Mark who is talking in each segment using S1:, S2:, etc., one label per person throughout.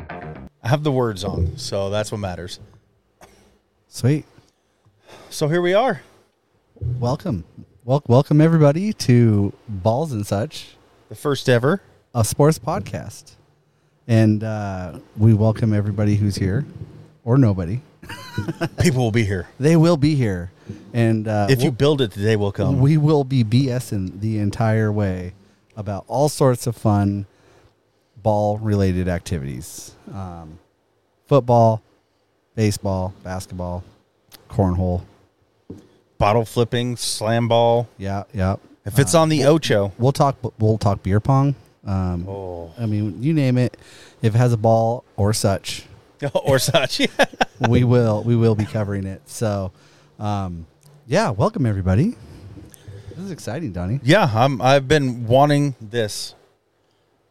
S1: I have the words on, so that's what matters.
S2: Sweet.
S1: So here we are.
S2: Welcome. Wel- welcome, everybody, to Balls and Such,
S1: The first ever.
S2: a sports podcast. And uh, we welcome everybody who's here or nobody.
S1: People will be here.
S2: They will be here. And uh,
S1: If you build it, the day will
S2: we'll-
S1: come.
S2: we will be BSing the entire way about all sorts of fun ball related activities um, football, baseball, basketball, cornhole.
S1: Bottle flipping, slam ball.
S2: Yeah, yeah.
S1: If it's on the Ocho,
S2: We'll talk. We'll talk beer pong. Um,
S1: Oh.
S2: I mean, you name it. If it has a ball or such,
S1: or such.
S2: we will. We will be covering it. So, um, yeah. Welcome everybody. This is exciting, Donnie.
S1: Yeah, I'm, I've been wanting this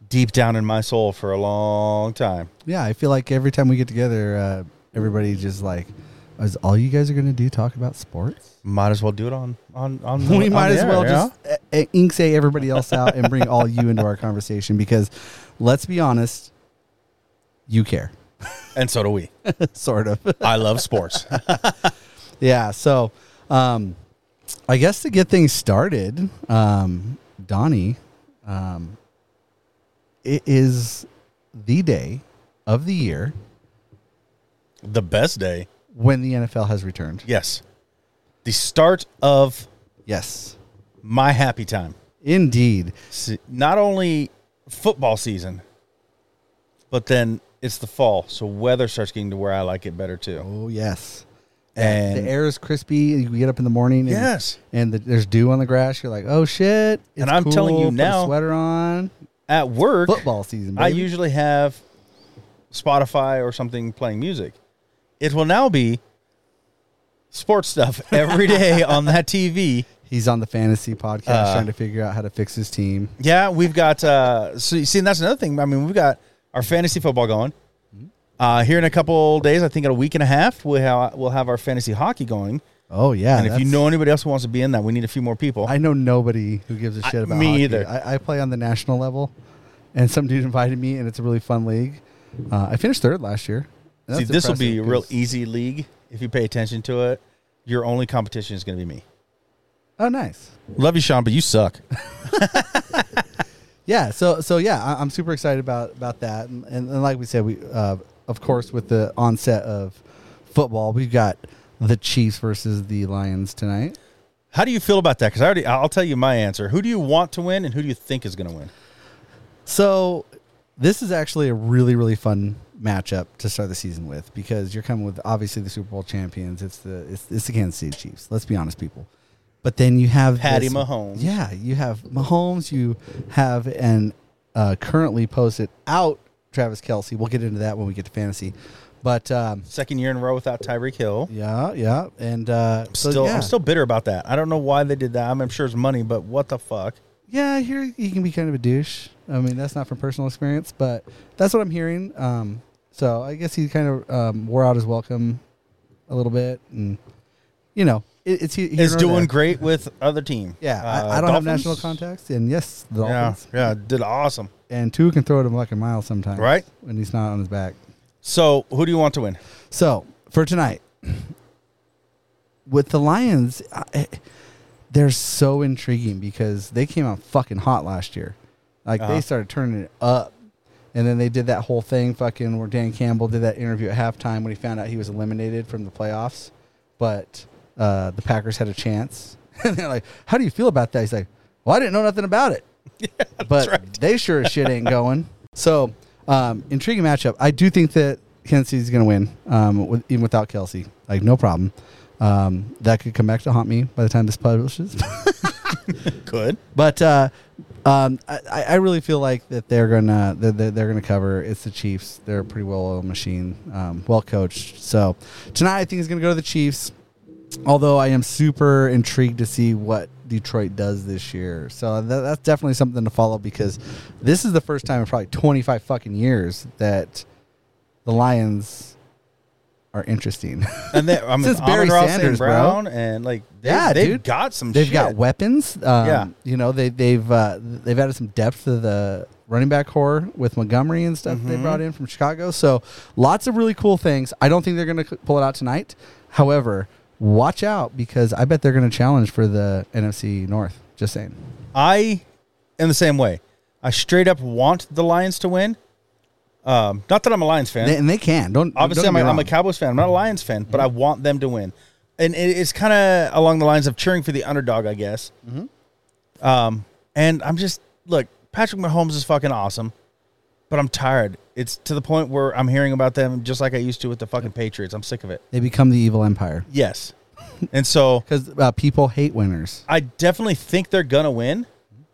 S1: deep down in my soul for a long time.
S2: Yeah, I feel like every time we get together, uh, everybody just like, is all you guys are gonna do talk about sports?
S1: Might as well do it on on on.
S2: We
S1: on
S2: might
S1: the
S2: as
S1: air,
S2: well
S1: yeah?
S2: just uh, uh, inksay everybody else out and bring all you into our conversation because, let's be honest, you care,
S1: And so do we.
S2: sort of.
S1: I love sports.
S2: Yeah. So, um, I guess to get things started, um, Donnie, um, it is the day of the year
S1: the best day.
S2: when the NFL has returned.
S1: Yes. The start of
S2: Yes,
S1: my happy time.
S2: indeed.
S1: Se- Not only football season, but then it's the fall, so weather starts getting to where I like it better too.
S2: Oh, yes.
S1: And
S2: The air is crispy. You get up in the morning. And,
S1: Yes.
S2: And the, there's dew on the grass. You're like, oh shit. it's
S1: And I'm telling you
S2: cool, put a
S1: now-
S2: sweater on.
S1: at work,
S2: Football season. Baby.
S1: I usually have Spotify or something playing music. It will now be sports stuff every day on that TV.
S2: He's on the fantasy podcast
S1: Uh,
S2: trying to figure out how to fix his team.
S1: Yeah, we've got. Uh, so you see, and that's another thing. I mean, we've got our fantasy football going.
S2: Mm-hmm.
S1: Uh, here in a couple days, I think in a week and a half, we'll have, we'll have our fantasy hockey going.
S2: Oh yeah.
S1: And if you
S2: that's-
S1: know anybody else who wants to be in that, we need a few more people.
S2: I know nobody who gives a
S1: I-
S2: shit about
S1: me
S2: hockey.
S1: either.
S2: I, I play on the national level, and some dude invited me, and it's a really fun league. Uh, I finished third last year. and
S1: see,
S2: that's
S1: this will be a
S2: impressive
S1: real
S2: 'cause-
S1: easy league if you pay attention to it. Your only competition is going to be me. e-
S2: Oh, nice.
S1: Love you, Sean, but you suck.
S2: Yeah. So so yeah, I, I'm super excited about about that, and, and, and like we said, we uh, of course with the onset of football, we've got the Chiefs versus the Lions tonight.
S1: How do you feel about that? Because I already, I'll tell you my answer. Who do you want to win, and who do you think is going to win?
S2: So this is actually a really really fun matchup to start the season with because you're coming with obviously the Super Bowl champions. It's the it's, it's the Kansas City Chiefs. Let's be honest, people. But then you have
S1: Patty
S2: this-
S1: Mahomes.
S2: Yeah, you have Mahomes. You have and uh, currently posted out Travis Kelsey. We'll get into that when we get to fantasy. But um,
S1: Second year in a row without Tyreek Hill.
S2: yeah, yeah, and uh, so,
S1: still,
S2: yeah.
S1: I'm still bitter about that. I don't know why they did that. I'm, I'm sure it's money, but what the fuck?
S2: yeah, here he can be kind of a douche. I mean, that's not from personal experience, but that's what I'm hearing. Um, so I guess he kind of um, wore out his welcome a little bit, and you know, it, it's he, here
S1: Is
S2: nor
S1: doing
S2: there.
S1: great with other team.
S2: Yeah,
S1: Uh,
S2: I, I don't
S1: Dolphins?
S2: have national contacts, and yes, the
S1: Yeah,
S2: Dolphins
S1: yeah, did awesome.
S2: and two can throw it a fucking mile sometimes,
S1: Right.
S2: When he's not on his back.
S1: So, who do you want to win?
S2: So for tonight, with the Lions, I, eh, they're so intriguing because they came out fucking hot last year. Like
S1: Uh-huh.
S2: they started turning it up, and then they did that whole thing fucking where Dan Campbell did that interview at halftime when he found out he was eliminated from the playoffs, but uh, the Packers had a chance. and they're like, "How do you feel about that?" He's like, "Well, I didn't know nothing about it." but they sure as shit ain't going. So um, intriguing matchup. I do think that Kansas City's going to win, um, with, even without Kelsey. Like no problem. Um, that could come back to haunt me by the time this publishes.
S1: Good.
S2: but uh, um, I, I I really feel like that they're gonna that they're, they're gonna cover. It's the Chiefs. They're a pretty well-oiled machine, um, well coached. So tonight I think is gonna go to the Chiefs. Although I am super intrigued to see what Detroit does this year, so tha- that's definitely something to follow because this is the first time in probably 25 fucking years that the Lions are interesting.
S1: And then I mean,
S2: Since Barry
S1: Amon Ross St.
S2: Sanders, bro.
S1: Brown and like, they,
S2: Yeah,
S1: they've
S2: dude.
S1: got some.
S2: they've
S1: shit.
S2: got weapons. Um,
S1: Yeah.
S2: you know they they've uh, they've added some depth to the running back core with Montgomery and stuff
S1: Mm-hmm.
S2: they brought in from Chicago. So lots of really cool things. I don't think they're going to pull it out tonight. However, watch out because I bet they're going to challenge for the NFC North. Just saying.
S1: I am the same way. I straight up want the Lions to win. Um, not that I'm a Lions fan.
S2: They- and they can. Don't
S1: Obviously,
S2: don't get
S1: I'm,
S2: me
S1: a, I'm a
S2: wrong.
S1: Cowboys fan. I'm not a Lions fan, but I want them to win. And it, it's kind of along the lines of cheering for the underdog, I guess.
S2: Mm-hmm.
S1: Um, and I'm just look, Patrick Mahomes is fucking awesome, but I'm tired. It's to the point where I'm hearing about them just like I used to with the fucking Patriots. I'm sick of it.
S2: They become the evil empire
S1: Yes, and so
S2: because uh, people hate winners.
S1: I definitely think they're gonna win.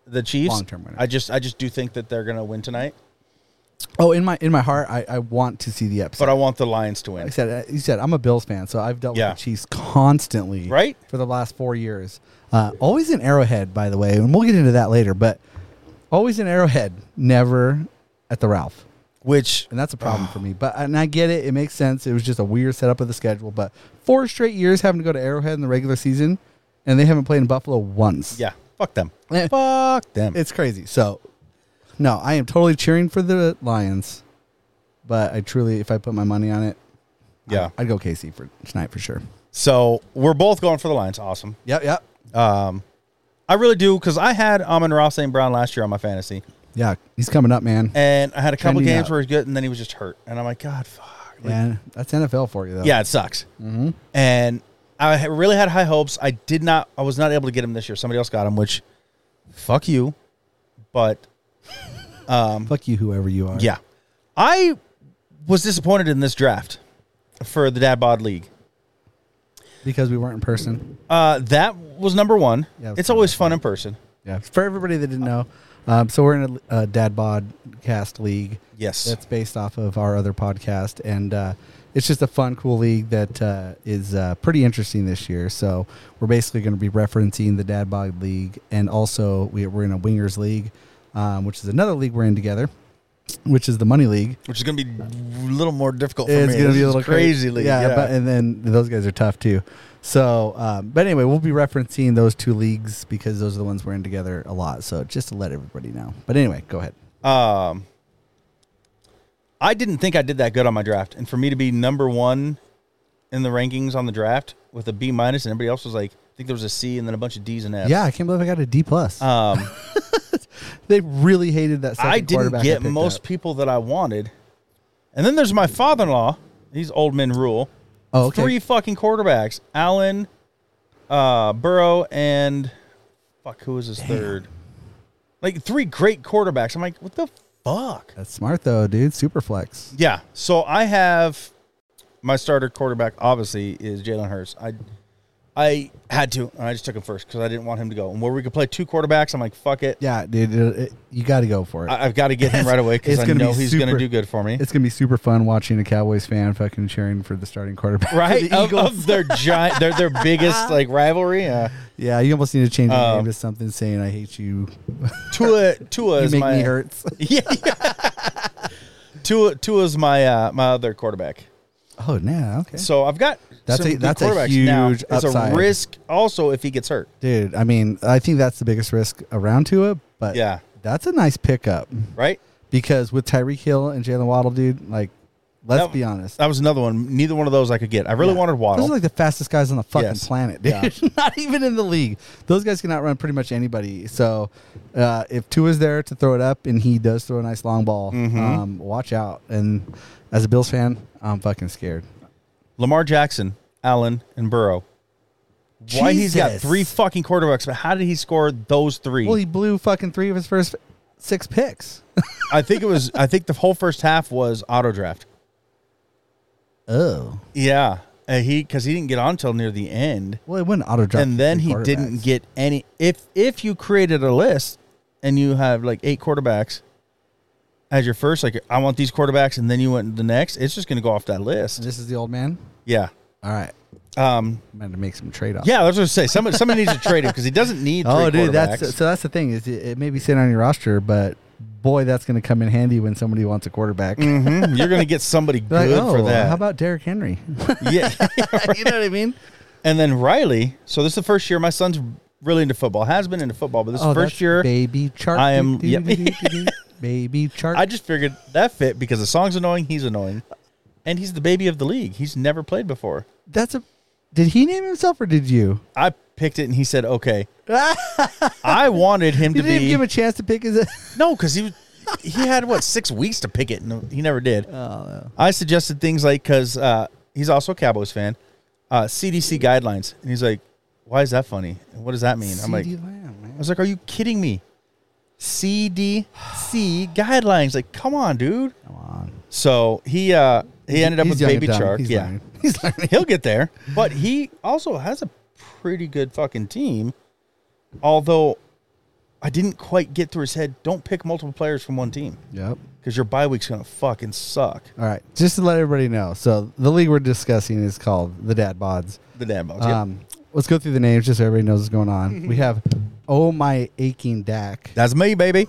S1: The Chiefs,
S2: Long-term winner.
S1: I just, I just do think that they're gonna win tonight,
S2: Oh, in my in my heart, I, I want to see the episode.
S1: but I want the Lions to
S2: like I
S1: win.
S2: said, you said I'm a Bills fan, so I've dealt
S1: Yeah.
S2: with the Chiefs constantly,
S1: Right?
S2: for the last four years. Uh, always in Arrowhead, by the way, and we'll get into that later. But always in Arrowhead, never at the Ralph,
S1: Which
S2: and that's a problem
S1: Ah.
S2: for me. But and I get it; it makes sense. It was just a weird setup of the schedule. But four straight years having to go to Arrowhead in the regular season, and they haven't played in Buffalo once.
S1: Yeah, fuck them.
S2: Eh.
S1: Fuck them.
S2: It's crazy. So, no, I am totally cheering for the Lions, but I truly, if I put my money on it,
S1: yeah.
S2: I'd go KC for tonight for sure.
S1: So we're both going for the Lions. Awesome.
S2: Yep, yep,
S1: Um, I really do because I had Amon Ross St. Brown last year on my fantasy,
S2: yeah. He's coming up, man.
S1: and I had a couple
S2: Trending
S1: games
S2: up.
S1: where he was good, and then he was just hurt, and I'm like, God, fuck. Like,
S2: Man, that's NFL for you, though.
S1: yeah, it sucks. Mm-hmm. And I ha- really had high hopes. I did not. I was not able to get him this year. Somebody else got him, which, fuck you. But
S2: fuck you, whoever you are.
S1: yeah, I was disappointed in this draft for the Dad Bod League.
S2: because we weren't in person.
S1: Uh, that was number one.
S2: Yeah, it was
S1: it's always fun in person.
S2: Yeah, for everybody that didn't know, um, so we're in a, a dad bod cast league.
S1: Yes.
S2: that's based off of our other podcast, and uh, it's just a fun, cool league that uh, is uh, pretty interesting this year. So we're basically going to be referencing the dad bod league, and also we, we're in a wingers league, um, which is another league we're in together, which is the money league.
S1: which is going to be a little more difficult for
S2: It's
S1: me.
S2: gonna
S1: This
S2: be a
S1: is
S2: little cra-
S1: crazy league.
S2: Yeah,
S1: Yeah,
S2: But, and then those guys are tough too. So, um, but anyway, we'll be referencing those two leagues because those are the ones we're in together a lot. So just to let everybody know. But anyway, go ahead.
S1: um, I didn't think I did that good on my draft, and for me to be number one in the rankings on the draft with a B minus, and everybody else was like, I think there was a C and then a bunch of D's and F's.
S2: Yeah, I can't believe I got a D plus.
S1: Um,
S2: they really hated that. Second
S1: I didn't
S2: quarterback I
S1: get
S2: picked
S1: most
S2: up.
S1: people that I wanted, and then there's my father-in-law. He's old men rule.
S2: Oh, okay.
S1: Three fucking quarterbacks: Allen, uh, Burrow, and fuck, who was his third? Like three great quarterbacks. I'm like, what the fuck?
S2: That's smart though, dude. Super flex.
S1: Yeah. So I have my starter quarterback. Obviously, is Jalen Hurts. I I had to, and I just took him first because I didn't want him to go. And where we could play two quarterbacks, I'm like, fuck it.
S2: Yeah, dude. It, it- you got to go for it.
S1: I, I've got to get him right away because
S2: It's
S1: I
S2: gonna
S1: know
S2: be
S1: he's going to
S2: super-
S1: do good for me.
S2: it's gonna be super fun watching a Cowboys fan fucking cheering for the starting quarterback, for
S1: Right
S2: the
S1: of,
S2: Eagles.
S1: of their giant, their their biggest like rivalry. Uh,
S2: yeah, you almost need to change your
S1: Um,
S2: name to something saying "I hate you."
S1: Tua Tua
S2: you
S1: is
S2: make
S1: my
S2: me hurts.
S1: yeah. Tua Tua's my uh, my other quarterback.
S2: Oh, nah. Okay.
S1: So I've got
S2: That's
S1: some
S2: a-
S1: good
S2: that's a
S1: quarterbacks now.
S2: huge
S1: It's
S2: upside.
S1: a risk also if he gets hurt.
S2: Dude, I mean, I think that's the biggest risk around to it, but
S1: Yeah.
S2: that's a nice pickup
S1: Right.
S2: because with Tyreek Hill and Jalen Waddle, dude, like, let's
S1: That-
S2: be honest.
S1: That was another one. Neither one of those I could get. I really
S2: Yeah.
S1: wanted Waddle.
S2: Those are like the fastest guys on the fucking
S1: Yes.
S2: planet, dude.
S1: Yeah.
S2: Not even in the league. Those guys can outrun pretty much anybody. So uh, if Tua's there to throw it up and he does throw a nice long ball,
S1: Mm-hmm.
S2: um, watch out. And as a Bills fan, I'm fucking scared.
S1: Lamar Jackson, Allen, and Burrow. Why he's got
S2: Jesus.
S1: three fucking quarterbacks, but how did he score those three?
S2: Well, he blew fucking three of his first six picks.
S1: I think it was. I think the whole first half was auto draft.
S2: oh.
S1: Yeah, Uh, he because he didn't get on till near the end,
S2: Well, it wouldn't auto drop.
S1: and then he didn't get any. If if you created a list and you have like eight quarterbacks as your first, like I want these quarterbacks, and then you went the next, it's just going to go off that list.
S2: This is the old man.
S1: Yeah.
S2: All right,
S1: Um,
S2: I'm gonna make some trade offs.
S1: yeah, I was going to say somebody somebody needs to trade him because he doesn't need. Three
S2: Oh, dude, that's
S1: quarterbacks.
S2: so. That's the thing is it, it may be sitting on your roster, but boy, that's gonna come in handy when somebody wants a quarterback.
S1: Mhm. You're going to get somebody
S2: They're
S1: good
S2: like, oh,
S1: for that.
S2: How about Derrick Henry?
S1: yeah.
S2: you know what I mean?
S1: and then Riley. So this is the first year my son's really into football. Has been into football, but this is the
S2: Oh,
S1: first
S2: that's
S1: year.
S2: baby shark.
S1: I am-
S2: Do, do,
S1: yep.
S2: do, do, do, do. baby shark.
S1: I just figured that fit because the song's annoying, he's annoying, and he's the baby of the league. He's never played before.
S2: That's a. Did he name himself or did you?
S1: I picked it and he said, "Okay."
S2: you
S1: I wanted him to
S2: didn't even
S1: be
S2: give him a chance to pick his.
S1: no, because he was, he had what six weeks to pick it, and he never did.
S2: Oh,
S1: I suggested things like because uh, he's also a Cowboys fan, uh, CDC guidelines, and he's like, "Why is that funny? And what does that mean?" I'm like,
S2: CD
S1: "I
S2: Lamb, man.
S1: was like, are you kidding me?" CDC guidelines, like, come on, dude.
S2: Come on.
S1: So he uh, he ended up
S2: He's
S1: with
S2: young and
S1: Baby
S2: dumb.
S1: Shark,
S2: He's
S1: yeah.
S2: learning. He's learning.
S1: He'll get there, but he also has a pretty good fucking team. Although, I didn't quite get through his head. Don't pick multiple players from one team
S2: Yep.
S1: because your bye week's gonna fucking suck.
S2: All right. Just to let everybody know, so the league we're discussing is called the Dad Bods.
S1: The damn bugs. yeah.
S2: Um, let's go through the names just so everybody knows what's going on. we have Oh My Aching Dak.
S1: That's me, baby.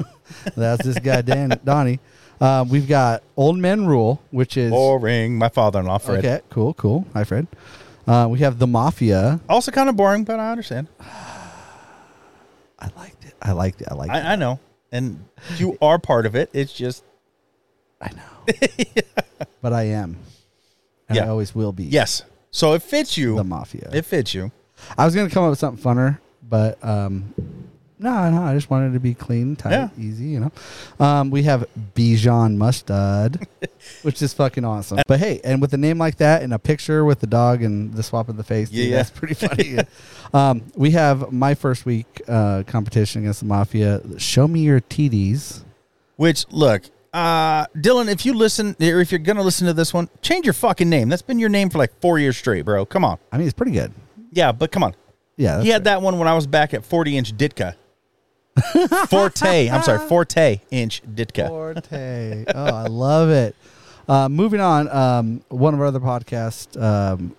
S2: That's this guy Dan Donnie. Um, we've got Old Men Rule, which is
S1: boring. My father-in-law, Oh, Fred.
S2: okay. Cool, cool. Hi, Fred. Uh, we have the Mafia.
S1: Also kind of boring, but I understand.
S2: I liked it. I liked it. I liked it.
S1: I, I know, and you are part of it. It's just
S2: I know. But I am, and I
S1: Yeah.
S2: always will be.
S1: yes. So it fits you.
S2: the Mafia.
S1: It fits you.
S2: I was gonna come up with something funner, but um, no, no, I just wanted it to be clean, tight,
S1: Yeah.
S2: easy. You know, um, we have Bijan Mustard, which is fucking awesome. But hey, and with a name like that, and a picture with the dog and the swap of the face, dude,
S1: Yeah.
S2: that's pretty funny. um, we have my first week uh, competition against the Mafia. Show me your TDs.
S1: Which look, uh, Dylan, if you listen or if you're gonna listen to this one, change your fucking name. That's been your name for like four years straight, bro. Come on.
S2: I mean, it's pretty good.
S1: Yeah, but come on.
S2: Yeah,
S1: he had that one when I was back at 40 inch Ditka. Forte. I'm sorry, Forte inch Ditka.
S2: Forte. Oh, I love it. Uh, moving on, um, one of our other podcast um,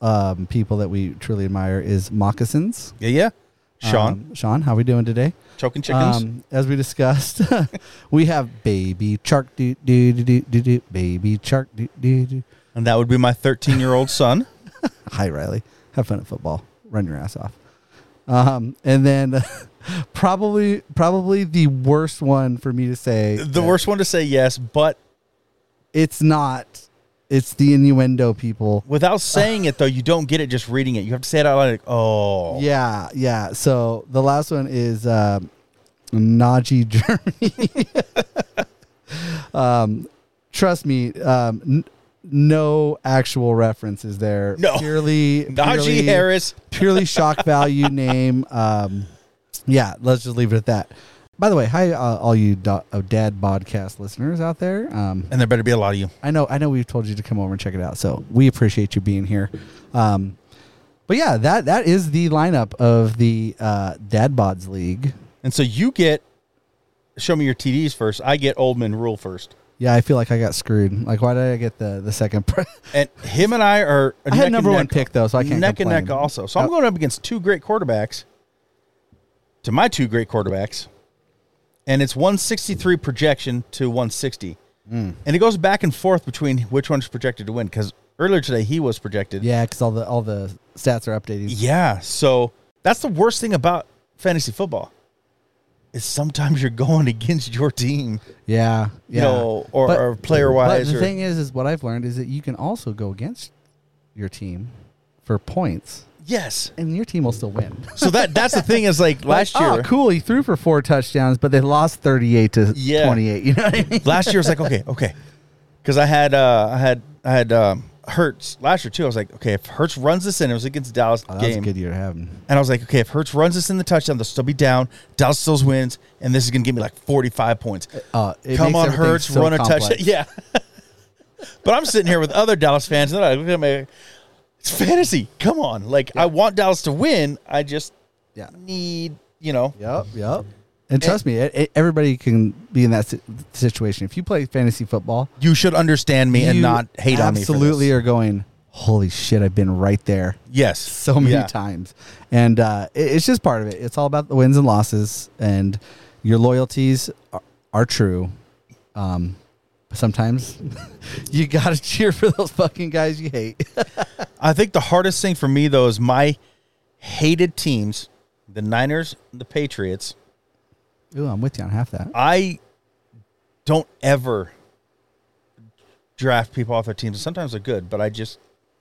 S2: um, people that we truly admire is Moccasins.
S1: Yeah, yeah. Sean,
S2: Um, Sean, how we doing today?
S1: choking chickens.
S2: Um, as we discussed, we have baby shark do do do do do do baby shark do do do.
S1: and that would be my 13 year old son.
S2: Hi Riley, have fun at football. Run your ass off. Um, and then probably probably the worst one for me to say.
S1: The
S2: that-
S1: worst one to say yes, but
S2: It's not. It's the innuendo people.
S1: without saying it though, you don't get it just reading it. You have to say it out loud. Like, oh,
S2: Yeah, yeah. So the last one is um, Nazi Germany. um, trust me, um, n- no actual references there.
S1: No.
S2: purely
S1: Najee
S2: purely-
S1: Harris.
S2: purely shock value name. Um, yeah, let's just leave it at that. By the way, hi uh, all you do- uh, dad podcast listeners out there. Um,
S1: And there better be a lot of you.
S2: I know I know we've told you to come over and check it out. So we appreciate you being here. Um, but yeah, that that is the lineup of the uh, Dad Bods League.
S1: And so you get show me your TDs first. I get Oldman rule first.
S2: Yeah, I feel like I got screwed. Like, why did I get the the second? Pre-
S1: And him and I are
S2: I had number one pick though, so I can't
S1: neck
S2: complain.
S1: and neck also. So I'm
S2: Uh,
S1: going up against two great quarterbacks. To my two great quarterbacks, and it's 163 projection to 160,
S2: Hmm.
S1: and it goes back and forth between which one's projected to win. Because earlier today he was projected.
S2: Yeah, because all the all the stats are updating.
S1: Yeah, So that's the worst thing about fantasy football. Is sometimes you're going against your team,
S2: Yeah,
S1: you
S2: yeah.
S1: know, or,
S2: But-
S1: or player
S2: but
S1: wise.
S2: the
S1: or,
S2: thing is, is what I've learned is that you can also go against your team for points,
S1: yes.
S2: and your team will still win.
S1: So that that's the thing is like last
S2: Like,
S1: year.
S2: Oh, cool. He threw for four touchdowns, but they lost 38 to
S1: Yeah.
S2: 28. You know what I mean?
S1: last year I was like, okay, okay, because I had uh, I had I had um, Hertz last year too. I was like, okay, if Hertz runs this in, it was against Dallas
S2: Oh, that was a
S1: game,
S2: good year to have him.
S1: and I was like, okay, if Hertz runs this in the touchdown, they'll still be down. Dallas still wins, and this is gonna give me like forty five points.
S2: Uh, it
S1: Come
S2: makes
S1: on,
S2: everything
S1: Hertz,
S2: so
S1: run a
S2: complex.
S1: touchdown, yeah. but I'm sitting here with other Dallas fans, and I look at me. It's fantasy. Come on, like I want Dallas to win. I just
S2: Yeah.
S1: need you know.
S2: Yep. Yep. And trust me, it, it- everybody can be in that si- situation. If you play fantasy football,
S1: You should understand me and
S2: you
S1: not hate on me. for this.
S2: Absolutely, are going. Holy shit! I've been right there
S1: Yes.
S2: so many
S1: Yeah.
S2: times, and uh, it- it's just part of it. It's all about the wins and losses, and your loyalties are, are true. Um, sometimes you gotta cheer for those fucking guys you hate.
S1: I think the hardest thing for me though is my hated teams, the Niners, the Patriots,
S2: Ooh, I'm with you on half that.
S1: I don't ever draft people off their teams. Sometimes they're good, but I just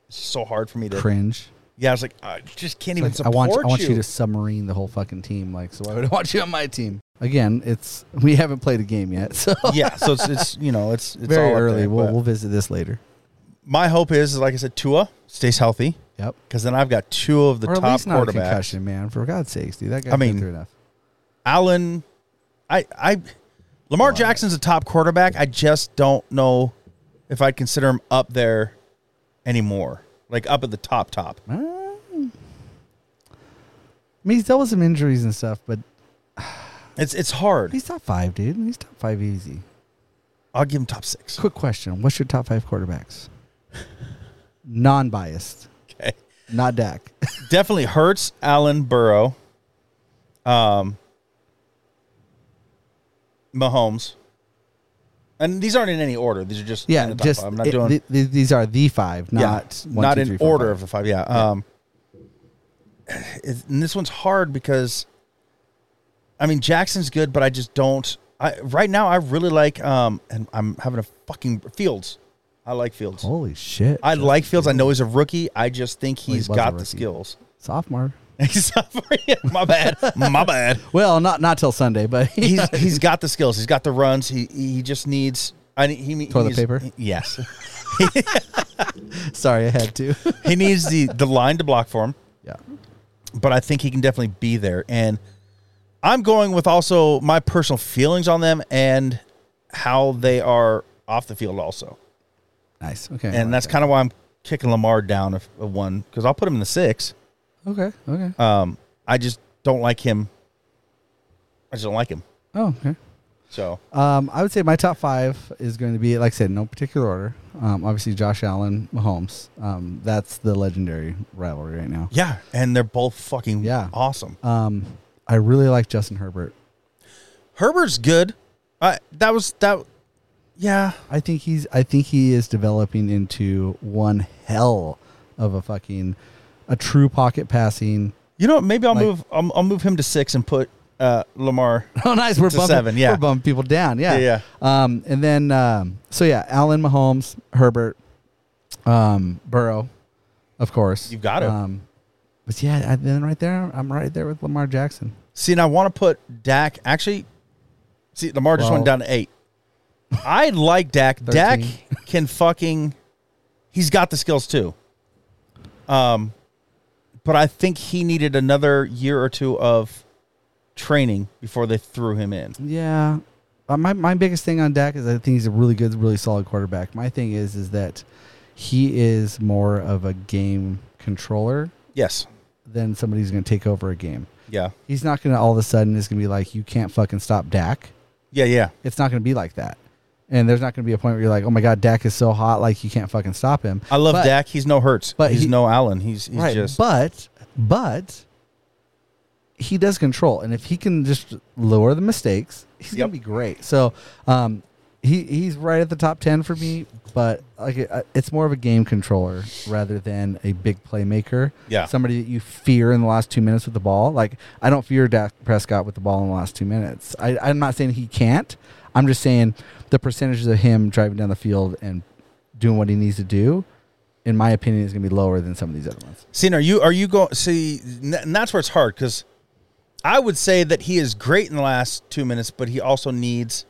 S1: it's so hard for me to.
S2: Cringe.
S1: Yeah, I was like, I just can't even
S2: Like, I
S1: support
S2: want I want
S1: you.
S2: you to submarine the whole fucking team. Like, so why would I want you on my team? Again, it's we haven't played a game yet, so
S1: yeah, so it's, it's you know it's it's
S2: very
S1: all up
S2: early.
S1: there,
S2: we'll
S1: but
S2: we'll visit this later.
S1: my hope is, is, like I said, Tua stays healthy
S2: Yep.
S1: because then I've got two of the
S2: or at
S1: top
S2: least not a
S1: quarterbacks.
S2: concussion, man. For God's sakes, dude, that guy
S1: I mean,
S2: through enough.
S1: Allen, I, I, Lamar Jackson's a top quarterback. I just don't know if I'd consider him up there anymore, like up at the top top.
S2: Uh, I mean, he's dealt with some injuries and stuff, but
S1: It's it's hard.
S2: he's top five, dude. He's top five easy.
S1: I'll give him top six.
S2: Quick question: What's your top five quarterbacks? Non-biased,
S1: Okay,
S2: not Dak.
S1: definitely hurts Allen Burrow, um, Mahomes, and these aren't in any order. These are just in
S2: yeah,
S1: the top
S2: just
S1: five. I'm not
S2: it-
S1: doing
S2: th- th- these are the five,
S1: Yeah,
S2: not one,
S1: not
S2: two,
S1: in
S2: three, four,
S1: order
S2: five.
S1: of the five. Yeah. Um, it's- and this one's hard because, I mean, Jackson's good, but I just don't. I right now I really like um, and I'm having a fucking Fields. I like Fields.
S2: Holy shit!
S1: I
S2: Oh, Justin
S1: like Fields. I
S2: Fields.
S1: know he's a rookie. I just think
S2: Well, he
S1: he's
S2: was a
S1: got the
S2: rookie.
S1: skills.
S2: sophomore.
S1: my bad. My bad.
S2: Well, not not till Sunday, but
S1: He's he's got the skills. He's got the runs. He he just needs. I he, he
S2: Toilet
S1: needs-
S2: paper?
S1: Yes,
S2: sorry I had to.
S1: he needs the the line to block for him.
S2: yeah,
S1: but I think he can definitely be there. And I'm going with also my personal feelings on them and how they are off the field, also.
S2: nice. Okay, I
S1: And
S2: like
S1: that's kind of why I'm kicking Lamar down a, a one because I'll put him in the six.
S2: that. okay. Okay.
S1: Um, I just don't like him. I just don't like him.
S2: oh, okay.
S1: So
S2: Um, I would say my top five is going to be, like I said, no particular order. Um, obviously, Josh Allen, Mahomes. Um, that's the legendary rivalry right now.
S1: yeah, and they're both fucking
S2: Yeah.
S1: awesome.
S2: Um, I really like Justin Herbert.
S1: Herbert's good. I that was that. Yeah,
S2: I think he's. I think he is developing into one hell of a fucking, a true pocket passing.
S1: you know, what? maybe I'll
S2: Like-
S1: move. I'll, I'll move him to six and put uh, Lamar.
S2: Oh, nice. We're
S1: To
S2: bumping,
S1: seven, yeah.
S2: we're bumping people down. Yeah.
S1: Yeah,
S2: Um, and then, um, so yeah, Allen, Mahomes, Herbert, um, Burrow, of course.
S1: You've got him.
S2: Um, but yeah, I, then right there, I'm right there with Lamar Jackson.
S1: See, and I want to put Dak. Actually, see, Lamar just went
S2: Twelve.
S1: down to eight. I like Dak. Dak can fucking. He's got the skills too. Um, but I think he needed another year or two of training before they threw him in.
S2: Yeah. Uh, my, my biggest thing on Dak is I think he's a really good, really solid quarterback. My thing is, is that he is more of a game controller
S1: Yes.
S2: than somebody who's going to take over a game.
S1: Yeah.
S2: He's not going to all of a sudden is going to be like, you can't fucking stop Dak.
S1: Yeah. Yeah.
S2: it's not going to be like that. And there's not going to be a point where you're like, oh my God, Dak is so hot, like you can't fucking stop him.
S1: I love
S2: But-
S1: Dak. He's no Hurts. But
S2: but
S1: he's
S2: he-
S1: no Allen. He's he's
S2: right?
S1: just
S2: But but he does control, and if he can just lower the mistakes, he's
S1: Yep.
S2: going to be great. So um, he he's right at the top ten for me. But like, uh, it's more of a game controller rather than a big playmaker.
S1: Yeah.
S2: somebody that you fear in the last two minutes with the ball. Like I don't fear Dak Prescott with the ball in the last two minutes. I, I'm not saying he can't. I'm just saying the percentages of him driving down the field and doing what he needs to do, in my opinion, is going to be lower than some of these other ones.
S1: See, and are you are you going? See, n- and that's where it's hard because I would say that he is great in the last two minutes, but he also needs.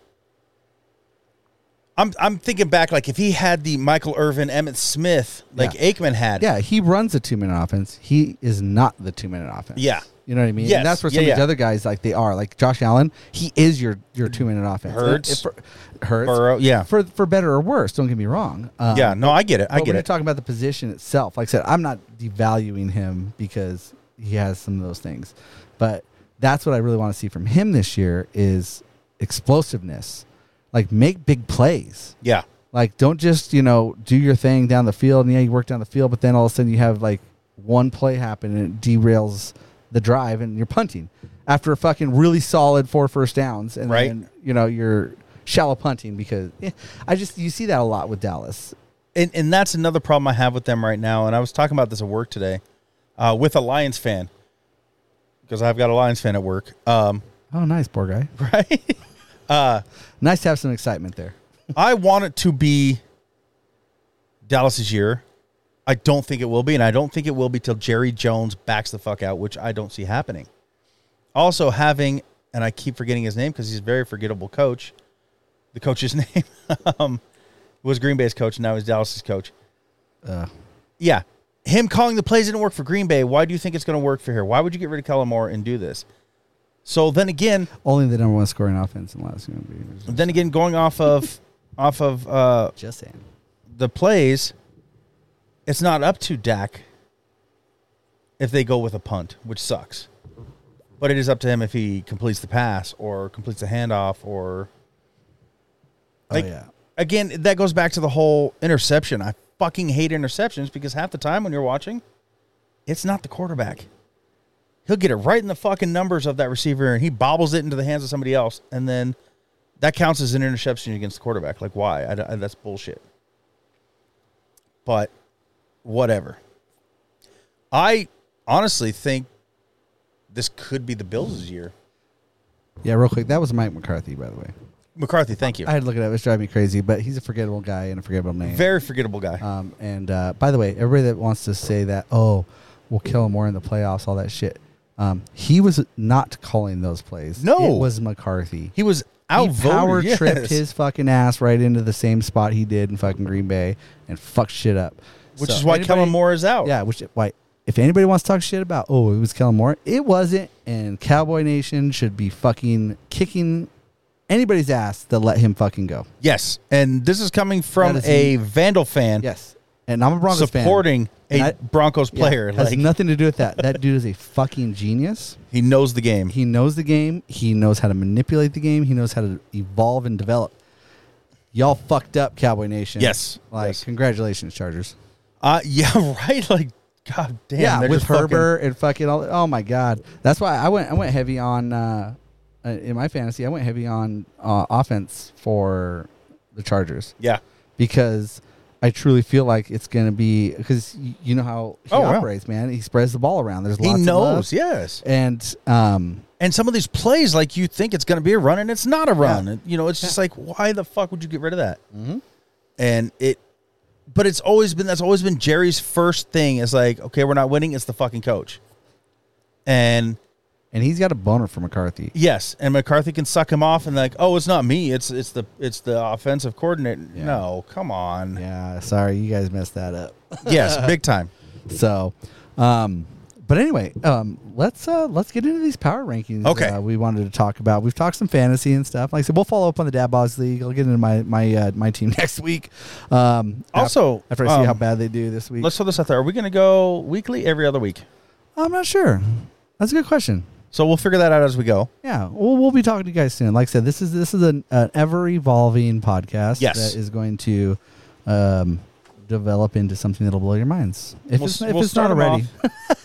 S1: I'm I'm thinking back, like if he had the Michael Irvin, Emmett Smith, like
S2: Yeah.
S1: Aikman had.
S2: Yeah, he runs a two minute offense. He is not the two minute offense.
S1: Yeah.
S2: You know what I mean?
S1: Yes.
S2: And that's where
S1: Yeah,
S2: some of
S1: yeah. Mm-hmm.
S2: these other guys like they are. Like Josh Allen, he is your your two minute offense.
S1: Hurts.
S2: If- for- Hurts.
S1: Burrow, yeah.
S2: For for better or worse, don't get me wrong. Um,
S1: yeah. No, I get it. I
S2: but
S1: get
S2: when
S1: it.
S2: you're talking about the position itself, like I said, I'm not devaluing him because he has some of those things, but that's what I really want to see from him this year is explosiveness, like make big plays.
S1: yeah.
S2: Like don't just you know do your thing down the field and yeah you work down the field, but then all of a sudden you have like one play happen and it derails the drive and you're punting after a fucking really solid four first downs and
S1: Right.
S2: then you know you're shallow punting because eh, I just you see that a lot with Dallas.
S1: and and that's another problem I have with them right now. And I was talking about this at work today, uh, with a Lions fan, because I've got a Lions fan at work. Um,
S2: Oh, nice, poor guy.
S1: right?
S2: Nice to have some excitement there.
S1: I want it to be Dallas's year. I don't think it will be, and I don't think it will be till Jerry Jones backs the fuck out, which I don't see happening. Also, having and I keep forgetting his name because he's a very forgettable coach. The coach's name um, was Green Bay's coach, and now he's Dallas's coach.
S2: Uh,
S1: Yeah, him calling the plays didn't work for Green Bay. Why do you think it's going to work for here? Why would you get rid of Kellen Moore and do this? So then again,
S2: only the number one scoring offense in the last game.
S1: then again, going off of off of uh,
S2: Just saying.
S1: the plays, it's not up to Dak if they go with a punt, which sucks. But it is up to him if he completes the pass or completes the handoff or Like-
S2: oh yeah.
S1: again, that goes back to the whole interception. I fucking hate interceptions because half the time when you're watching, it's not the quarterback. He'll get it right in the fucking numbers of that receiver and he bobbles it into the hands of somebody else. And then that counts as an interception against the quarterback. Like, why? I, don't- I- that's bullshit. But whatever. I honestly think this could be the Bills' year.
S2: Yeah, real quick. That was Mike McCarthy, by the way.
S1: McCarthy, thank you.
S2: I had to look at it. up. It was driving me crazy, but he's a forgettable guy and a forgettable name.
S1: Very forgettable guy.
S2: Um, and uh, by the way, everybody that wants to say that, oh, we'll kill him more in the playoffs, all that shit. Um, he was not calling those plays.
S1: No.
S2: it was McCarthy.
S1: he was
S2: He
S1: outvoted.
S2: power tripped
S1: yes.
S2: his fucking ass right into the same spot he did in fucking Green Bay and fucked shit up.
S1: which
S2: So
S1: is why
S2: anybody-
S1: Kellen Moore is out.
S2: Yeah, which why if anybody wants to talk shit about, oh, it was Kellen Moore, it wasn't, and Cowboy Nation should be fucking kicking anybody's ass that let him fucking go.
S1: Yes, and this is coming from
S2: That is
S1: a Vandal fan
S2: Yes, and I'm a Broncos fan.
S1: supporting
S2: And
S1: a
S2: I-
S1: Broncos
S2: Yeah,
S1: player.
S2: has
S1: like
S2: nothing to do with that. That dude is a fucking genius.
S1: he knows the game.
S2: He knows the game. He knows how to manipulate the game. He knows how to evolve and develop. Y'all fucked up, Cowboy Nation.
S1: Yes.
S2: Like,
S1: Yes.
S2: congratulations, Chargers.
S1: Uh, yeah, right. Like, god damn.
S2: yeah,
S1: they're
S2: with
S1: just fucking-
S2: Herbert and fucking all. Oh my god, that's why I went. I went heavy on uh, uh, in my fantasy. I went heavy on uh, offense for the Chargers
S1: yeah,
S2: because I truly feel like it's going to be because you know how he
S1: Oh, wow.
S2: operates, man. He spreads the ball around. There's
S1: he
S2: lots of love.
S1: knows. Yes,
S2: and um,
S1: and some of these plays, like you think it's going to be a run, and it's not a run. And, you know, it's just like, why the fuck would you get rid of that? Mm-hmm. And it, but it's always been that's always been Jerry's first thing is like, okay, we're not winning. It's the fucking coach, and
S2: and he's got a boner for McCarthy.
S1: Yes, and McCarthy can suck him off and like, oh, it's not me. It's it's the it's the offensive coordinator.
S2: Yeah.
S1: No, come on.
S2: Yeah, sorry, you guys messed that up.
S1: Yes, big time.
S2: So, um, but anyway, um, let's uh, let's get into these power rankings.
S1: Okay.
S2: uh, we wanted to talk about. We've talked some fantasy and stuff. Like I said, we'll follow up on the Dad Boss League. I'll get into my my uh, my team next week. Um, af-
S1: Also,
S2: after I see
S1: um,
S2: how bad they do this week,
S1: Let's throw this out there. Are we going to go weekly every other week?
S2: I'm not sure. That's a good question.
S1: So we'll figure that out as we go.
S2: Yeah, we'll, we'll be talking to you guys soon. Like I said, this is this is an, an ever evolving podcast
S1: Yes.
S2: that is going to um, develop into something that'll blow your minds if
S1: We'll
S2: it's,
S1: s-
S2: if
S1: we'll
S2: it's not
S1: start 'em
S2: already.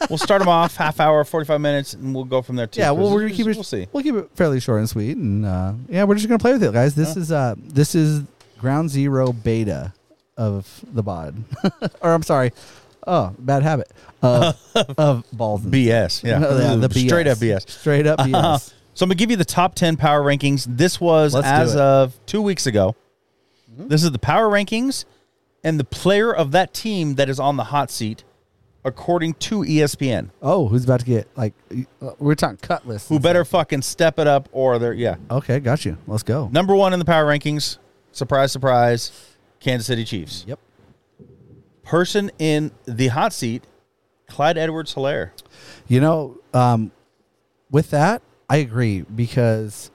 S1: off- we'll start them off half hour, forty five minutes, and we'll go from there. Too,
S2: yeah,
S1: 'cause
S2: well, we're gonna
S1: it's-
S2: keep it.
S1: We'll see.
S2: We'll keep it fairly short and sweet, and uh, yeah, we're just gonna play with it, guys. This is uh, this is ground zero beta of the bod, or I'm sorry, oh, bad habit of, of balls. And
S1: BS. Yeah,
S2: the BS.
S1: straight up BS.
S2: Straight up
S1: Uh,
S2: BS.
S1: so I'm gonna give you the top ten power rankings. This was
S2: Let's do
S1: as
S2: it. Mm-hmm.
S1: of two weeks ago. This is the power rankings and the player of that team that is on the hot seat, according to E ESPN.
S2: Oh, who's about to get like? uh, We're talking cut lists.
S1: Who
S2: and
S1: better
S2: stuff.
S1: fucking step it up or they're yeah.
S2: Okay, got you. Let's go.
S1: Number one in the power rankings, surprise, surprise, Kansas City Chiefs.
S2: Yep.
S1: Person in the hot seat, Clyde Edwards Hilaire.
S2: You know, um, with that, I agree because,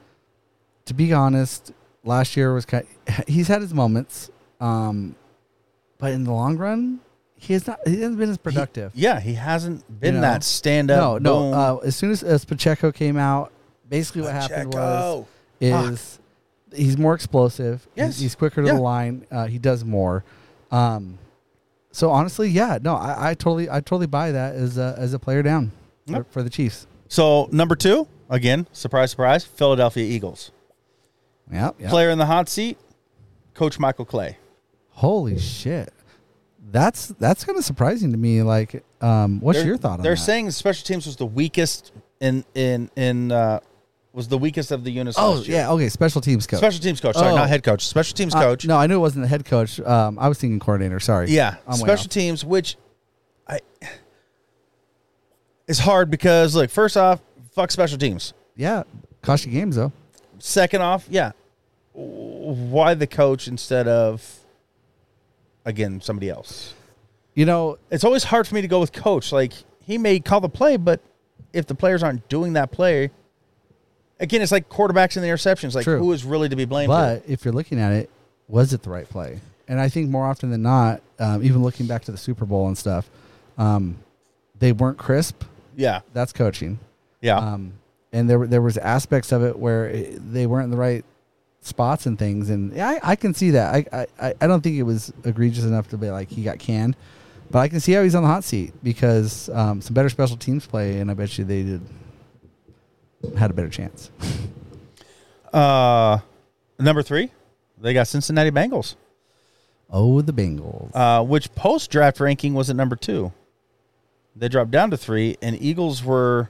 S2: to be honest, last year was kind. he's had his moments, um, but in the long run, he has not. He hasn't been as productive.
S1: Yeah, he hasn't been
S2: know?
S1: that stand up.
S2: no,
S1: boom.
S2: no. Uh, as soon as, as Pacheco came out, basically what happened was
S1: Pacheco.
S2: is he's more explosive. He-
S1: Yes.
S2: he's quicker to
S1: Yeah.
S2: the line. Uh, he does more. Um, so honestly, yeah, no, I, I totally, I totally buy that as a, as a player down for-
S1: Yep.
S2: for the Chiefs.
S1: so number two, again, surprise, surprise, Philadelphia Eagles.
S2: Yeah, yeah.
S1: Player in the hot seat, Coach Michael Clay.
S2: Holy shit. That's that's kind of surprising to me. Like, um, what's
S1: They're-
S2: your thought on
S1: They're
S2: that?
S1: saying the special teams was the weakest in in in uh, was the weakest of the units.
S2: Oh
S1: last year.
S2: yeah, okay. Special teams coach.
S1: Special teams coach. Sorry,
S2: Oh.
S1: not head coach. Special teams
S2: Uh,
S1: coach.
S2: no, I knew it wasn't the head coach. Um, I was thinking coordinator. Sorry.
S1: Yeah,
S2: I'm way
S1: special
S2: off.
S1: teams, which I it's hard because look, first off, fuck special teams.
S2: yeah, cost you games though.
S1: Second off, yeah, why the coach instead of again somebody else?
S2: You know,
S1: It's always hard for me to go with coach. Like he may call the play, but if the players aren't doing that play, again, it's like quarterbacks and the interceptions. Like
S2: True.
S1: who is really to be blamed? here?
S2: But if you're looking at it, was it the right play? And I think more often than not, um, even looking back to the Super Bowl and stuff, um, they weren't crisp.
S1: yeah,
S2: That's coaching.
S1: yeah,
S2: Um, and there were there was aspects of it where it, they weren't in the right spots and things. And yeah, I, I can see that. I- I, I I don't think it was egregious enough to be like he got canned, but I can see how he's on the hot seat because um, some better special teams play, and I bet you they did had a better chance.
S1: Uh, number three, they got Cincinnati Bengals.
S2: Oh, the Bengals.
S1: uh, which post draft ranking was at number two. They dropped down to three, and Eagles were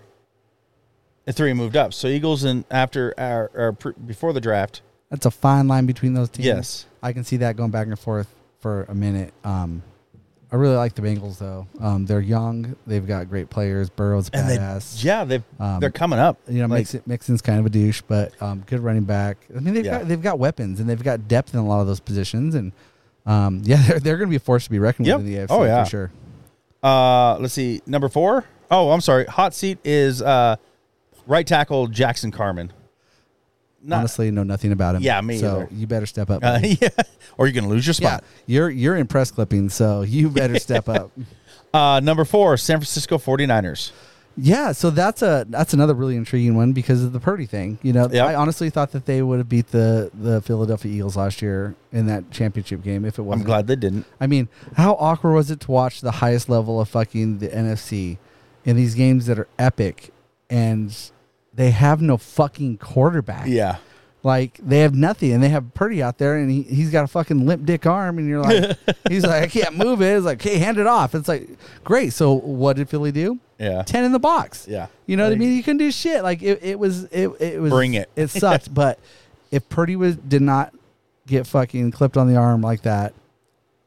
S1: at three and moved up. So Eagles and after our, our pre, before the draft,
S2: That's a fine line between those teams.
S1: Yes.
S2: I can see that going back and forth for a minute. Um, I really like the Bengals though. Um, they're young. They've got great players. Burrow's
S1: and they
S2: badass.
S1: yeah they
S2: Um,
S1: they're coming up.
S2: You know,
S1: Like,
S2: Mixon, Mixon's kind of a douche, but um, good running back. I mean, they've
S1: Yeah.
S2: got they've got weapons and they've got depth in a lot of those positions. And um, yeah, they're, they're going to be a force to be reckoned
S1: Yep.
S2: with in the AFC
S1: Oh, yeah.
S2: for sure.
S1: uh, let's see, number four. Oh, I'm sorry. Hot seat is uh, right tackle Jackson Carmen. Not,
S2: Honestly, know nothing about him.
S1: Yeah, me
S2: So
S1: either.
S2: you better step up.
S1: uh,
S2: buddy.
S1: yeah, or you're gonna lose your
S2: yeah,
S1: spot.
S2: you're you're in press clipping, so you better step up.
S1: Uh, number four, San Francisco 49ers.
S2: Yeah, so that's a that's another really intriguing one because of the Purdy thing. You know,
S1: Yep.
S2: I honestly thought that they would have beat the the Philadelphia Eagles last year in that championship game if it
S1: I'm
S2: wasn't.
S1: glad they didn't.
S2: I mean, how awkward was it to watch the highest level of fucking the NFC in these games that are epic and they have no fucking quarterback.
S1: Yeah,
S2: Like they have nothing, and they have Purdy out there, and he he's got a fucking limp dick arm, and you're like, he's like, I can't move it. It's like, okay, hand it off. It's like, great. So what did Philly do?
S1: yeah,
S2: Ten in the box.
S1: yeah.
S2: You know what I
S1: Like,
S2: mean? You couldn't do shit. Like it, it was it, it was
S1: Bring it.
S2: It sucked. but if Purdy was did not get fucking clipped on the arm like that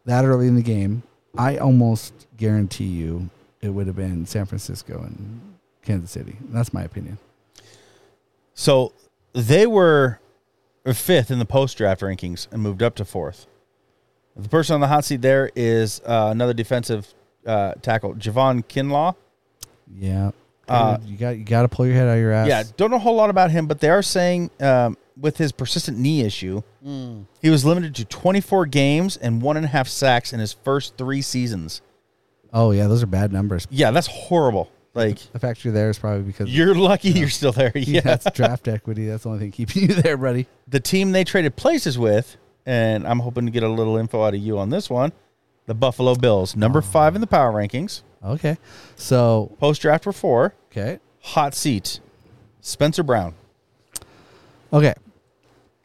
S2: that early in the game, I almost guarantee you it would have been San Francisco and Kansas City. That's my opinion.
S1: So they were fifth in the post draft rankings and moved up to fourth. The person on the hot seat there is uh, another defensive uh, tackle, Javon Kinlaw.
S2: Yeah.
S1: Uh,
S2: you got you got to pull your head out of your ass.
S1: Yeah, don't know a whole lot about him, but they are saying um, with his persistent knee issue, he was limited to 24 games and one and a half sacks in his first three seasons.
S2: Oh yeah, those are bad numbers.
S1: Yeah, that's horrible. Like,
S2: The fact you're there is probably because
S1: you're lucky you're still there. Yeah.
S2: that's draft equity. That's the only thing keeping you there, buddy.
S1: the team they traded places with, and I'm hoping to get a little info out of you on this one. The Buffalo Bills, number five in the power rankings,
S2: Okay. So
S1: post draft were four,
S2: okay,
S1: hot seat, Spencer Brown,
S2: okay.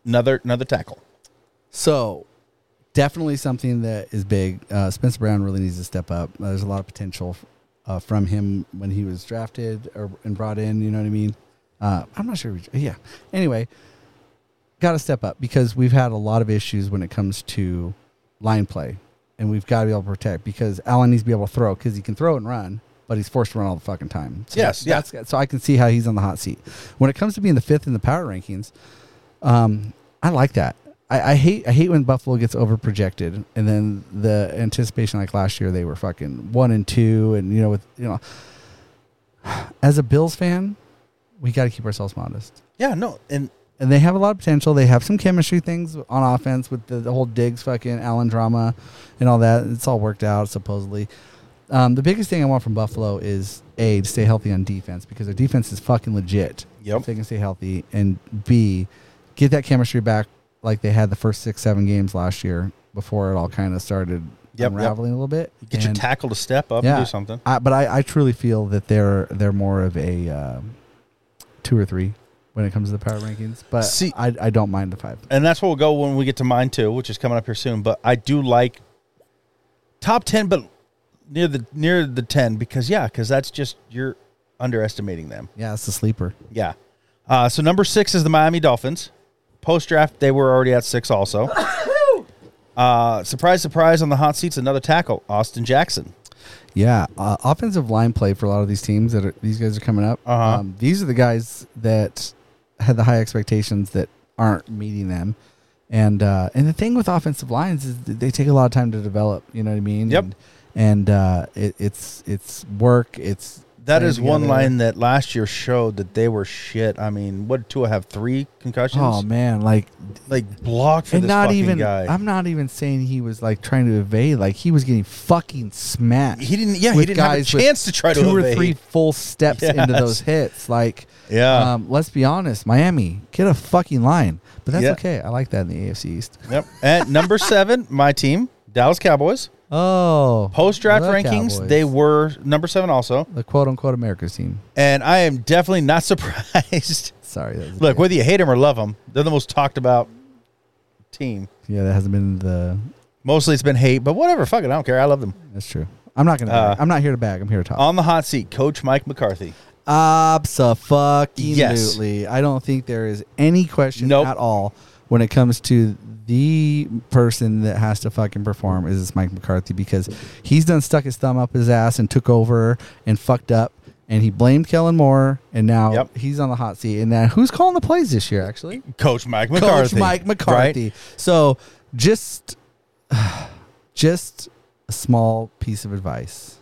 S1: another another tackle.
S2: So, definitely something that is big. Uh, Spencer Brown really needs to step up. Uh, There's a lot of potential uh, from him when he was drafted or, and brought in. You know what I mean? Uh, I'm not sure. we- Yeah. Anyway, got to step up because we've had a lot of issues when it comes to line play, and we've got to be able to protect because Allen needs to be able to throw because he can throw and run, but he's forced to run all the fucking time. So
S1: Yes, yeah.
S2: that's- so I can see how he's on the hot seat. When it comes to being the fifth in the power rankings, um, I like that. I, I hate I hate when Buffalo gets over projected and then the anticipation like last year they were fucking one and two and you know with you know as a Bills fan, we gotta keep ourselves modest.
S1: Yeah, no, and
S2: And they have a lot of potential. They have some chemistry things on offense with the, the whole Diggs fucking Allen drama and all that. It's all worked out supposedly. Um, the biggest thing I want from Buffalo is A, to stay healthy on defense because their defense is fucking legit
S1: Yep.
S2: if they can stay healthy, and B, get that chemistry back like they had the first six, seven games last year before it all kind of started
S1: yep.
S2: unraveling a little bit.
S1: get your
S2: And
S1: tackle to step up
S2: Yeah.
S1: and do something.
S2: I, but I, I truly feel that they're they're more of a um, two or three when it comes to the power rankings. But
S1: See-
S2: I, I don't mind the five.
S1: And that's what we'll go when we get to mine too, which is coming up here soon. But I do like top ten, but near the near the ten because yeah, because that's just you're underestimating them.
S2: Yeah, it's a sleeper.
S1: Yeah. Uh, so number six is the Miami Dolphins. Post draft, they were already at six. Also, uh, surprise, surprise, on the hot seats, another tackle, Austin Jackson.
S2: Yeah, uh, offensive line play for a lot of these teams that are these guys are coming up.
S1: Uh-huh.
S2: Um, these are the guys that had the high expectations that aren't meeting them, and uh, and the thing with offensive lines is that they take a lot of time to develop. You know what I mean?
S1: Yep.
S2: And, and uh, it, it's it's work. It's
S1: That
S2: playing
S1: is one
S2: together.
S1: line that last year showed that they were shit. I mean, what did Tua have three concussions?
S2: Oh man, like
S1: like blocked for
S2: and
S1: this
S2: not
S1: fucking
S2: even.
S1: guy.
S2: I'm not even saying he was like trying to evade. Like he was getting fucking smashed.
S1: he didn't. Yeah, he
S2: with
S1: didn't have a
S2: guys with
S1: chance to try to
S2: two or
S1: evade.
S2: three full steps into
S1: Yes.
S2: those hits. Like,
S1: Yeah.
S2: um, let's be honest, Miami get a fucking line, but that's
S1: Yeah.
S2: okay. I like that in the AFC East.
S1: Yep. At number seven, my team, Dallas Cowboys.
S2: Oh,
S1: Post draft
S2: the
S1: rankings,
S2: Cowboys.
S1: they were number seven also,
S2: the quote unquote America's team.
S1: and I am definitely not surprised.
S2: Sorry, that was a
S1: Look,
S2: bit-
S1: whether you hate them or love them, they're the most talked about team.
S2: yeah, that hasn't been the.
S1: Mostly it's been hate, but whatever. Fuck it, I don't care. I love them.
S2: That's true. I'm not gonna.
S1: Uh,
S2: bag. I'm not here to bag. I'm here to talk.
S1: On the hot seat, Coach Mike McCarthy.
S2: Absolutely.
S1: Yes.
S2: I don't think there is any question
S1: Nope.
S2: at all when it comes to the person that has to fucking perform is this Mike McCarthy because he's done stuck his thumb up his ass and took over and fucked up and he blamed Kellen Moore and now
S1: Yep.
S2: he's on the hot seat and now who's calling the plays this year actually?
S1: Coach Mike McCarthy.
S2: Coach Mike
S1: right?
S2: McCarthy. So just just a small piece of advice.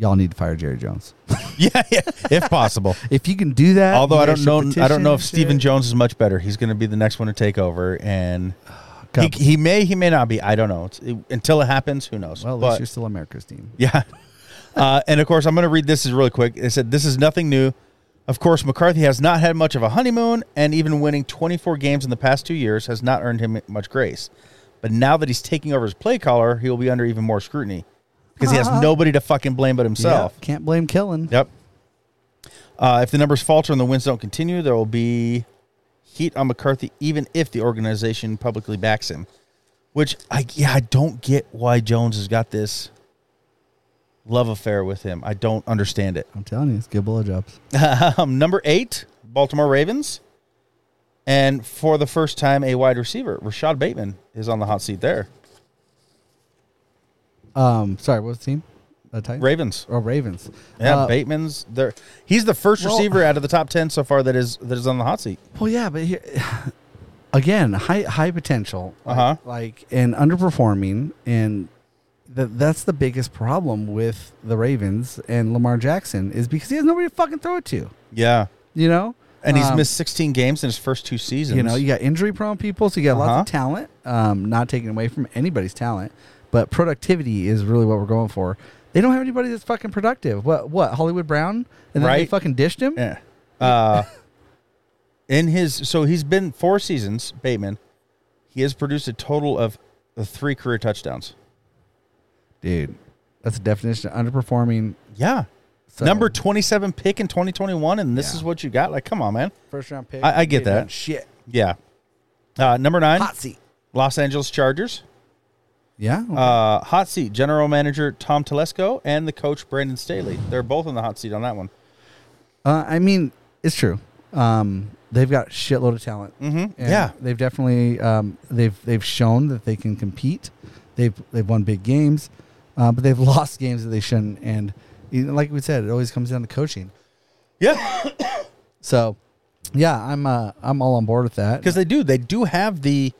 S2: Y'all need to fire Jerry Jones.
S1: Yeah, yeah, if possible.
S2: If you can do that,
S1: Although
S2: you
S1: I
S2: guys
S1: don't know,
S2: should
S1: I don't know if
S2: petition
S1: Stephen
S2: and shit.
S1: Jones is much better. He's going to be the next one to take over, and he,
S2: God,
S1: he may, he may not be. I don't know. It's, it- until it happens, who knows?
S2: well, at least
S1: But-
S2: you're still America's team.
S1: Yeah. Uh, and of course, I'm going to read this is really quick. It said, This is nothing new. Of course, McCarthy has not had much of a honeymoon, and even winning 24 games in the past two years has not earned him much grace. But now that he's taking over as play caller, he will be under even more scrutiny because he
S2: Uh-huh.
S1: has nobody to fucking blame but himself.
S2: Yeah, can't blame Kellen.
S1: Yep. Uh, if the numbers falter and the wins don't continue, there will be heat on McCarthy, even if the organization publicly backs him. Which I yeah I don't get why Jones has got this love affair with him. I don't understand it.
S2: I'm telling you, it's good blowjobs.
S1: Um, number eight, Baltimore Ravens, and for the first time, a wide receiver, Rashad Bateman, is on the hot seat there.
S2: Um, sorry, what was the team? The Titans
S1: Ravens,
S2: or Ravens?
S1: yeah,
S2: Uh,
S1: Bateman's there. He's the first
S2: well-
S1: receiver out of the top ten so far that is that is on the hot seat.
S2: Well, yeah, but here again, high high potential, like,
S1: Uh-huh.
S2: like and underperforming, and th- that's the biggest problem with the Ravens and Lamar Jackson is because he has nobody to fucking throw it to.
S1: Yeah.
S2: You know,
S1: And he's
S2: Um,
S1: missed 16 games in his first two seasons.
S2: You know, you got injury prone people, so you got
S1: Uh-huh.
S2: lots of talent. Um, not taking away from anybody's talent, but productivity is really what we're going for. They don't have anybody that's fucking productive. What what Hollywood Brown and then they
S1: Right.
S2: fucking dished him.
S1: yeah. Uh, in his so he's been four seasons, Bateman. He has produced a total of three career touchdowns.
S2: Dude, that's a definition of underperforming.
S1: Yeah.
S2: So-
S1: Number 27 pick in 2021 and this
S2: Yeah.
S1: is what you got? Like come on, man.
S2: First round pick.
S1: I- I get
S2: They've done
S1: that.
S2: Shit.
S1: Yeah. Uh, number 9,
S2: Hot seat.
S1: Los Angeles Chargers.
S2: Yeah.
S1: Uh, hot seat general manager Tom Telesco and the coach Brandon Staley. They're both in the hot seat on that one.
S2: Uh, I mean, it's true. Um, they've got a shitload of talent.
S1: Mhm.
S2: And
S1: Yeah.
S2: they've definitely um, they've they've shown that they can compete. They've they've won big games, uh, but they've lost games that they shouldn't. And you know, like we said, it always comes down to coaching.
S1: Yeah.
S2: So, yeah, I'm uh, I'm all on board with that.
S1: because they do they do have the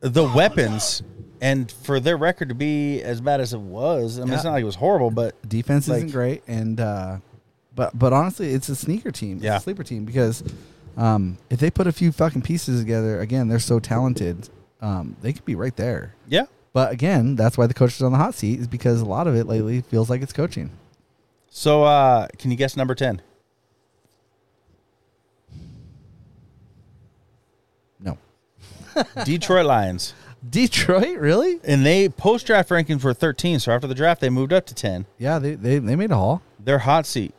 S1: the
S2: Oh,
S1: weapons and for their record to be as bad as it was i mean it's
S2: Yeah.
S1: not like it was horrible but
S2: defense isn't
S1: Like-
S2: great, and uh, but but honestly, it's a sneaker team, it's
S1: Yeah.
S2: a sleeper team because um, if they put a few fucking pieces together, again, they're so talented, um, they could be right there.
S1: yeah
S2: But again, that's why the coach is on the hot seat is because a lot of it lately feels like it's coaching.
S1: so uh can you guess number 10
S2: No.
S1: detroit lions
S2: Detroit, really?
S1: and they post draft rankings were 13 so after the draft they moved up to 10
S2: Yeah, they, they, they made a haul.
S1: their hot seat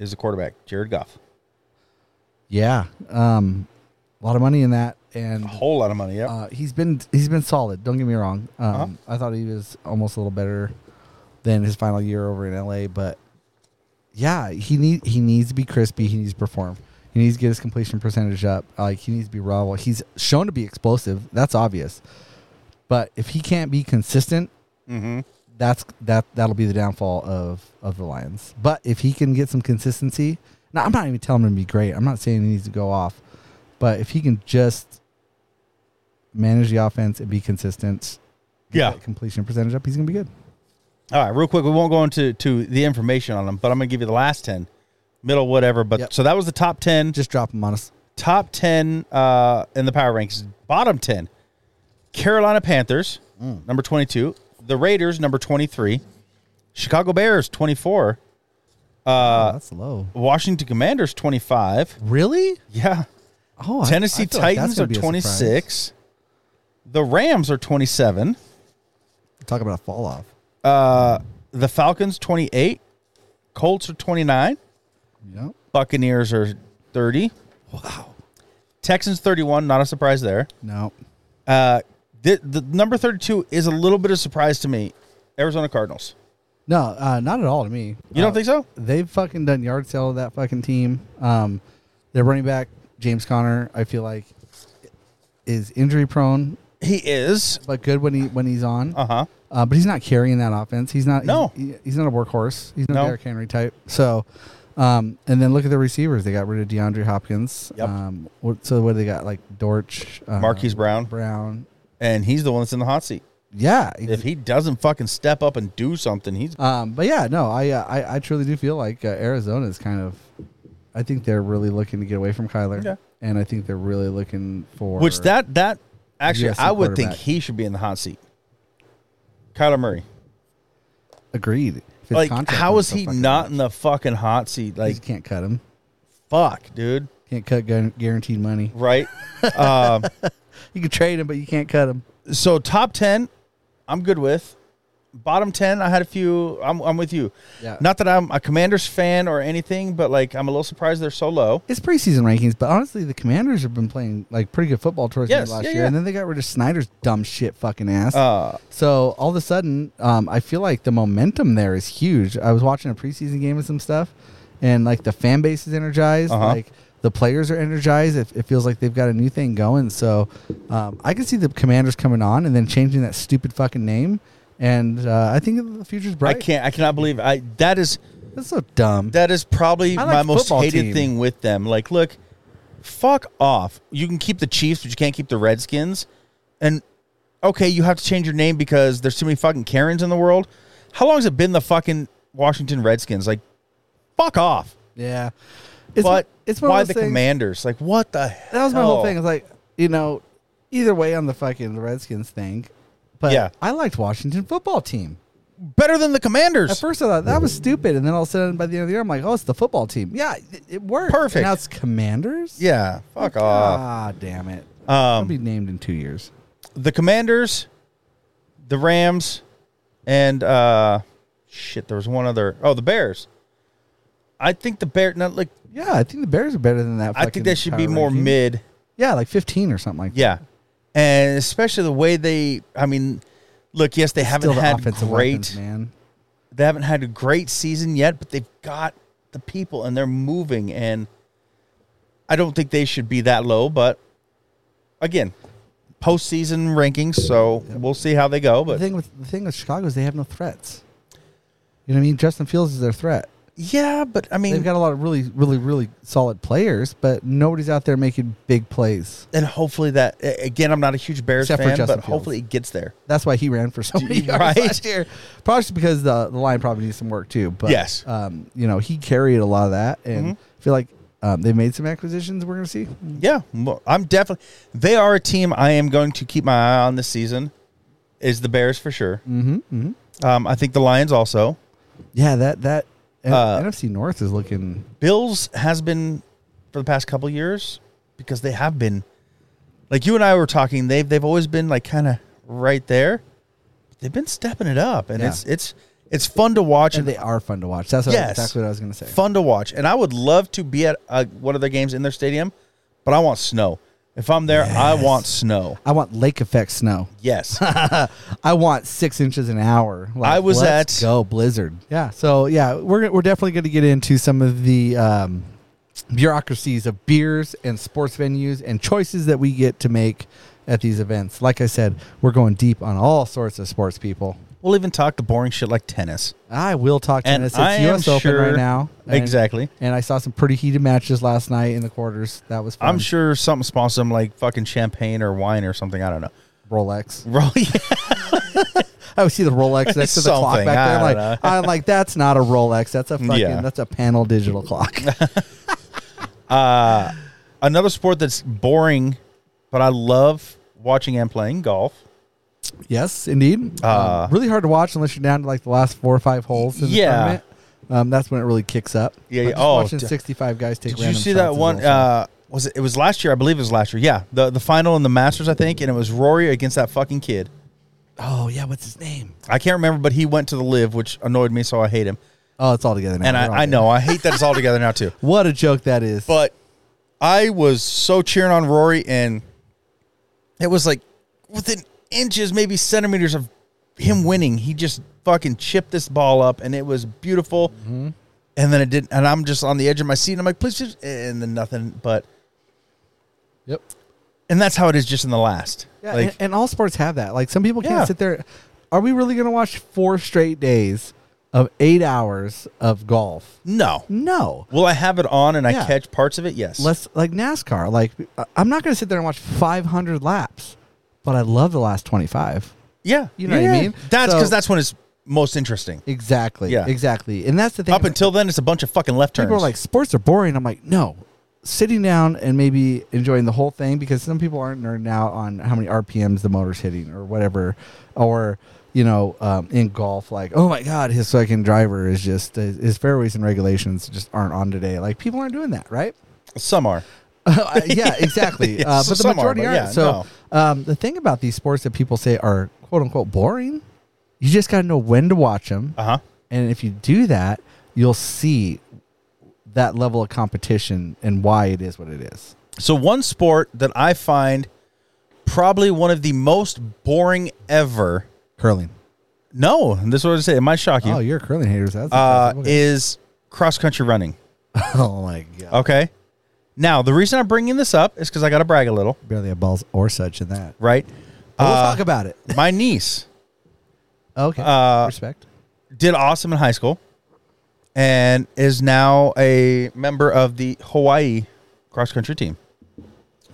S1: is the quarterback jared goff
S2: Yeah. Um a lot of money in that and
S1: a whole lot of money yeah
S2: uh, he's been he's been solid, don't get me wrong. Um I thought he was almost a little better than his final year over in LA, but yeah, he need he needs to be crispy. He needs to perform. He needs to get his completion percentage up. Like he needs to be raw. He's shown to be explosive. That's obvious. But if he can't be consistent,
S1: Mm-hmm.
S2: that's that that'll be the downfall of of the Lions. But if he can get some consistency, now I'm not even telling him to be great. I'm not saying he needs to go off, but if he can just manage the offense and be consistent, get
S1: Yeah.
S2: that completion percentage up, he's gonna be good.
S1: All right, real quick, we won't go into to the information on them, but I'm gonna give you the last ten, middle whatever. But
S2: Yep.
S1: so that was the top ten,
S2: Just drop him on us.
S1: top ten uh, in the power rankings. Bottom ten, Carolina Panthers, number twenty-two, the Raiders, number twenty-three, Chicago Bears, twenty-four, Uh,
S2: oh, that's low.
S1: Washington Commanders, twenty-five.
S2: Really?
S1: Yeah,
S2: Oh, I-
S1: Tennessee
S2: I feel like
S1: Titans
S2: that's gonna
S1: are
S2: be a surprise.
S1: twenty-six, the Rams are twenty-seven.
S2: Talk about a fall off.
S1: Uh, the Falcons 28, Colts are 29,
S2: Yep.
S1: Buccaneers are 30,
S2: Wow.
S1: Texans 31, not a surprise there.
S2: No.
S1: Uh, the, the number 32 is a little bit of surprise to me. Arizona Cardinals.
S2: No, uh, not at all to me.
S1: You don't
S2: Uh,
S1: think so?
S2: they've fucking done yard sale of that fucking team. Um, their running back James Conner, I feel like, is injury prone,
S1: He is.
S2: but good when he when he's on.
S1: Uh huh.
S2: Uh, but he's not carrying that offense. He's not.
S1: No.
S2: He's, he- he's not a workhorse. He's not
S1: No.
S2: Derrick Henry type. So, um, and then look at the receivers. They got rid of DeAndre Hopkins.
S1: Yep.
S2: Um, what, so what do they got? Like Dortch, uh,
S1: Marquise Brown,
S2: Brown.
S1: and he's the one that's in the hot seat.
S2: Yeah.
S1: If he doesn't fucking step up and do something, he's.
S2: Um, but yeah, no, I, uh, I I truly do feel like uh, Arizona is kind of, I think they're really looking to get away from Kyler,
S1: Okay.
S2: and I think they're really looking for
S1: Which that, that, actually,
S2: USC
S1: I would think
S2: quarterback.
S1: he should be in the hot seat. Kyler Murray.
S2: agreed. If his
S1: Like,
S2: contract
S1: how is
S2: so
S1: he
S2: fucking
S1: not
S2: much.
S1: in the fucking hot seat?
S2: You
S1: Like,
S2: just can't cut him.
S1: fuck, dude.
S2: Can't cut gu- guaranteed money.
S1: right? um,
S2: You can trade him, but you can't cut him.
S1: so top ten, I'm good with. Bottom ten, I had a few. I'm, I'm with you.
S2: Yeah.
S1: Not that I'm a Commanders fan or anything, but like I'm a little surprised they're so low.
S2: It's preseason rankings, but honestly, the Commanders have been playing like pretty good football towards the end
S1: Yes,
S2: of last
S1: yeah,
S2: year,
S1: yeah.
S2: and then they got rid of Snyder's dumb shit fucking ass.
S1: Uh,
S2: So all of a sudden, um, I feel like the momentum there is huge. I was watching a preseason game and some stuff, and like the fan base is energized.
S1: Uh-huh.
S2: Like the players are energized. It, it feels like they've got a new thing going. So um, I can see the Commanders coming on and then changing that stupid fucking name. And uh, I think the future's
S1: I
S2: bright.
S1: can't. I cannot believe I. That is
S2: That's so dumb.
S1: that is probably
S2: I like
S1: my most
S2: football
S1: hated
S2: team.
S1: thing with them. Like, look, fuck off. You can keep the Chiefs, but you can't keep the Redskins. And okay, you have to change your name because there's too many fucking Karens in the world. How long has it been the fucking Washington Redskins? Like, fuck off.
S2: yeah. It's,
S1: but
S2: it's one
S1: why
S2: of
S1: the
S2: those things-
S1: commanders? Like what the
S2: That was my
S1: hell?
S2: whole thing. It's like you know, either way on the fucking Redskins thing. But
S1: Yeah.
S2: I liked Washington football team.
S1: Better than the
S2: At
S1: commanders.
S2: first, I thought that was stupid, and then all of a sudden, by the end of the year, I'm like, "Oh, it's the football team." Yeah, it, it worked.
S1: Perfect.
S2: now it's Commanders.
S1: yeah, fuck off.
S2: Ah, damn it. I'll
S1: Um,
S2: be named in two years.
S1: the commanders, the Rams, and uh, shit. There was one other. Oh, the Bears. I think the Bear. Not like
S2: Yeah, I think the Bears are better than that.
S1: I
S2: fucking
S1: think they should be
S2: power
S1: more
S2: ranking.
S1: mid.
S2: Yeah, like 15 or something like. that.
S1: Yeah, and especially the way they. I mean, look. Yes, they haven't
S2: Still the
S1: had
S2: offensive
S1: great.
S2: weapons, man.
S1: they haven't had a great season yet, but they've got the people and they're moving. And I don't think they should be that low, but again, postseason rankings. So we'll see how they go.
S2: The
S1: But
S2: thing with the thing with Chicago is they have no threats. You know what I mean? Justin Fields is their threat.
S1: yeah, but I
S2: They've
S1: mean,
S2: got a lot of really, really, really solid players, but nobody's out there making big plays.
S1: and hopefully that a- again, I'm not a huge Bears
S2: Except for
S1: fan, but
S2: Justin Fields.
S1: hopefully it gets there.
S2: That's why he ran for so many yards
S1: Right.
S2: last year. Probably just because the the line probably needs some work too. But
S1: Yes.
S2: um, you know he carried a lot of that, and
S1: Mhm.
S2: I feel like um, they made some acquisitions. We're gonna see.
S1: Yeah, mo- I'm definitely. They are a team I am going to keep my eye on this season. Is the Bears for sure?
S2: Mm-hmm, mm-hmm.
S1: Um, I think the Lions also.
S2: Yeah, that that N-
S1: Uh,
S2: NFC North is looking.
S1: Bills has been for the past couple years because they have been like you and I were talking. They've they've always been like kind of right there. They've been stepping it up, and
S2: Yeah.
S1: it's it's it's fun to watch
S2: And
S1: and
S2: they are fun to watch. That's what,
S1: Yes.
S2: exactly what I was gonna say.
S1: fun to watch. And I would love to be at uh one of their games in their stadium, but I want snow. If I'm there, I want snow.
S2: I want lake effect snow.
S1: Yes.
S2: I want six inches an hour. Like,
S1: I was
S2: let's
S1: at-
S2: go blizzard. Yeah. So yeah, we're we're definitely going to get into some of the um, bureaucracies of beers and sports venues and choices that we get to make at these events. Like I said, we're going deep on all sorts of sports people.
S1: we'll even talk to boring shit like tennis.
S2: I will talk
S1: And
S2: tennis. It's
S1: I am
S2: U.S. Open
S1: sure-
S2: right now. And-
S1: exactly.
S2: And I saw some pretty heated matches last night in the quarters. That was fun.
S1: I'm sure something sponsors them like fucking champagne or wine or something. I don't know.
S2: Rolex.
S1: Roll- yeah.
S2: I would see the Rolex next to the clock
S1: Something,
S2: back there. I'm
S1: I
S2: like,
S1: don't
S2: I'm like, that's not a Rolex. That's a fucking.
S1: Yeah.
S2: That's a panel digital clock.
S1: Uh, another sport that's boring, but I love watching and playing golf.
S2: yes, indeed.
S1: Uh,
S2: Um, really hard to watch unless you're down to like the last four or five holes in the
S1: Yeah.
S2: tournament. Um, that's when it really kicks up.
S1: Yeah,
S2: But
S1: yeah.
S2: Just
S1: Oh,
S2: watching
S1: d-
S2: 65 guys take.
S1: Did you
S2: random
S1: see
S2: shots
S1: that
S2: is
S1: one?
S2: awesome.
S1: Uh, was it? It was last year, I believe. It was last year. Yeah, the the final in the Masters, I think, and it was Rory against that fucking kid.
S2: oh yeah, what's his name?
S1: I can't remember, but he went to the live, which annoyed me, so I hate him.
S2: Oh, it's all together now.
S1: And
S2: We're all
S1: I, I
S2: good.
S1: know I hate that it's all together now too.
S2: what a joke that is.
S1: But I was so cheering on Rory, and it was like within inches, maybe centimeters of him winning. He just fucking chipped this ball up, and it was beautiful.
S2: Mm-hmm.
S1: And then it didn't, and I'm just on the edge of my seat. And I'm like, please, just, and then nothing. But
S2: yep.
S1: and that's how it is, just in the last.
S2: Yeah,
S1: like,
S2: and, and all sports have that. Like some people can't
S1: Yeah.
S2: sit there. Are we really going to watch four straight days of eight hours of golf?
S1: no,
S2: No.
S1: will I have it on and I
S2: Yeah.
S1: catch parts of it? Yes.
S2: Let's like NASCAR. Like I- I'm not going to sit there and watch 500 laps, but I love the last 25.
S1: yeah,
S2: You know what I
S1: Yeah.
S2: mean?
S1: That's
S2: So-
S1: because that's when it's most interesting.
S2: Exactly.
S1: Yeah.
S2: Exactly. And that's the thing.
S1: Up until then, it's a bunch of fucking left turns.
S2: people are like sports are boring. I'm like no. Sitting down and maybe enjoying the whole thing because some people aren't nerding out on how many RPMs the motor's hitting or whatever, or you know, um, in golf, like oh my god, his fucking driver is just his, his fairways and regulations just aren't on today. Like people aren't doing that, right?
S1: some are.
S2: Uh, yeah, exactly.
S1: Yeah,
S2: uh,
S1: so
S2: but the
S1: some are,
S2: majority
S1: but
S2: aren't.
S1: yeah,
S2: so um, the thing about these sports that people say are quote unquote boring, you just got to know when to watch them.
S1: Uh huh.
S2: And if you do that, you'll see that level of competition and why it is what it is.
S1: So one sport that I find probably one of the most boring ever.
S2: Curling.
S1: No, this is what I say. It might shock you.
S2: Oh, you're curling haters. That's
S1: uh,
S2: impressive. Okay.
S1: Is cross country running.
S2: oh my god.
S1: Okay. Now the reason I'm bringing this up is because I got to brag a little,
S2: Barely have balls or such in that.
S1: right?
S2: But we'll
S1: Uh,
S2: talk about it.
S1: my niece
S2: Okay.
S1: uh,
S2: Respect.
S1: did awesome in high school, and is now a member of the Hawaii cross country team.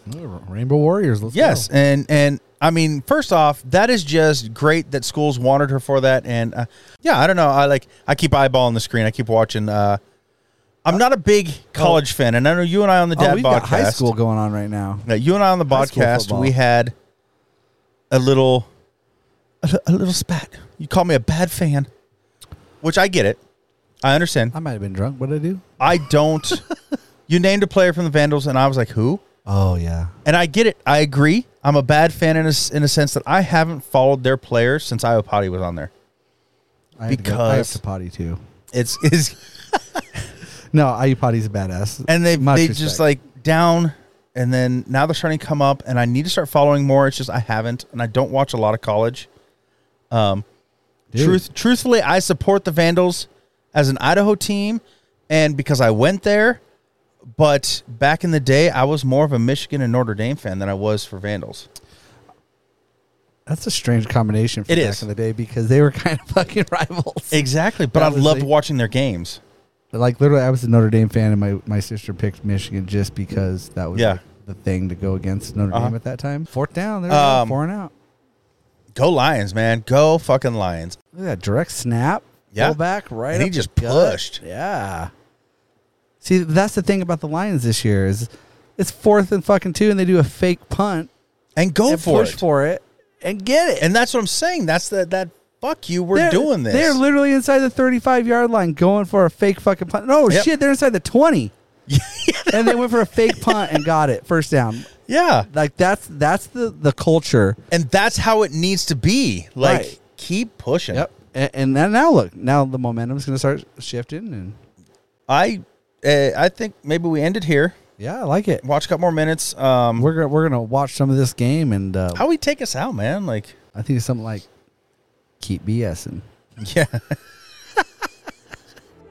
S2: Rainbow Warriors. Let's
S1: Yes,
S2: go.
S1: and and I mean, first off, that is just great that schools wanted her for that, and uh, yeah, I don't know. I like I keep eyeballing the screen. I keep watching. Uh, I'm not a big college fan, and I know you and I on the
S2: Oh,
S1: dad
S2: we've
S1: podcast.
S2: got high school going on right now.
S1: Yeah, you and I on the
S2: High school
S1: podcast,
S2: football.
S1: we had a little, a, li- a little spat. You call me a bad fan, which I get it. I understand.
S2: I might have been drunk. What did I do?
S1: I don't. you named a player from the Vandals, and I was like, who?
S2: Oh yeah.
S1: And I get it. I agree. I'm a bad fan in a, s- in a sense that I haven't followed their players since Iopati was on there.
S2: I had to go- I have
S1: Because-
S2: to potty too.
S1: It's is
S2: No, Ayupati's a badass.
S1: and they
S2: Much
S1: they
S2: respect.
S1: just like down, and then now they're starting to come up, and I need to start following more. It's just I haven't, and I don't watch a lot of college. Um,
S2: Dude.
S1: truth truthfully, I support the Vandals as an Idaho team, and because I went there. But back in the day, I was more of a Michigan and Notre Dame fan than I was for Vandals.
S2: that's a strange combination for
S1: It
S2: back
S1: is.
S2: in the day because they were kind of fucking rivals.
S1: Exactly, but I
S2: That was
S1: loved
S2: the-
S1: watching their games.
S2: like literally, I was a Notre Dame fan, and my, my sister picked Michigan just because that was
S1: Yeah.
S2: like, the thing to go against Notre
S1: Uh-huh.
S2: Dame at that time. Fourth down, there
S1: Um,
S2: four and out.
S1: Go Lions, man. Go fucking Lions.
S2: Look at that direct snap,
S1: Yeah.
S2: pull back right.
S1: And he
S2: up
S1: just
S2: the gut.
S1: pushed.
S2: Yeah. See, that's the thing about the Lions this year is it's fourth and fucking two, and they do a fake punt
S1: And go
S2: and
S1: for
S2: push
S1: it.
S2: for it and get it.
S1: And that's what I'm saying. That's that that fuck you, we're
S2: They're-
S1: doing this.
S2: They're literally inside the 35 yard line going for a fake fucking punt. No
S1: Yep.
S2: shit, they're inside the 20. and they went for a fake punt and got it first down.
S1: yeah.
S2: Like that's that's the the culture.
S1: And that's how it needs to be. Like
S2: Right.
S1: keep pushing.
S2: And, and then now look, now the momentum's going to start shifting and
S1: I uh, I think eh, maybe we ended here.
S2: Yeah, I like it.
S1: Watch a couple more minutes. Um,
S2: We're gonna, we're gonna watch some of this game, and uh,
S1: how we take us out, man? Like,
S2: I think it's something like keep BSing.
S1: yeah.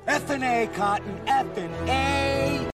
S3: F and A, Cotton. F and A.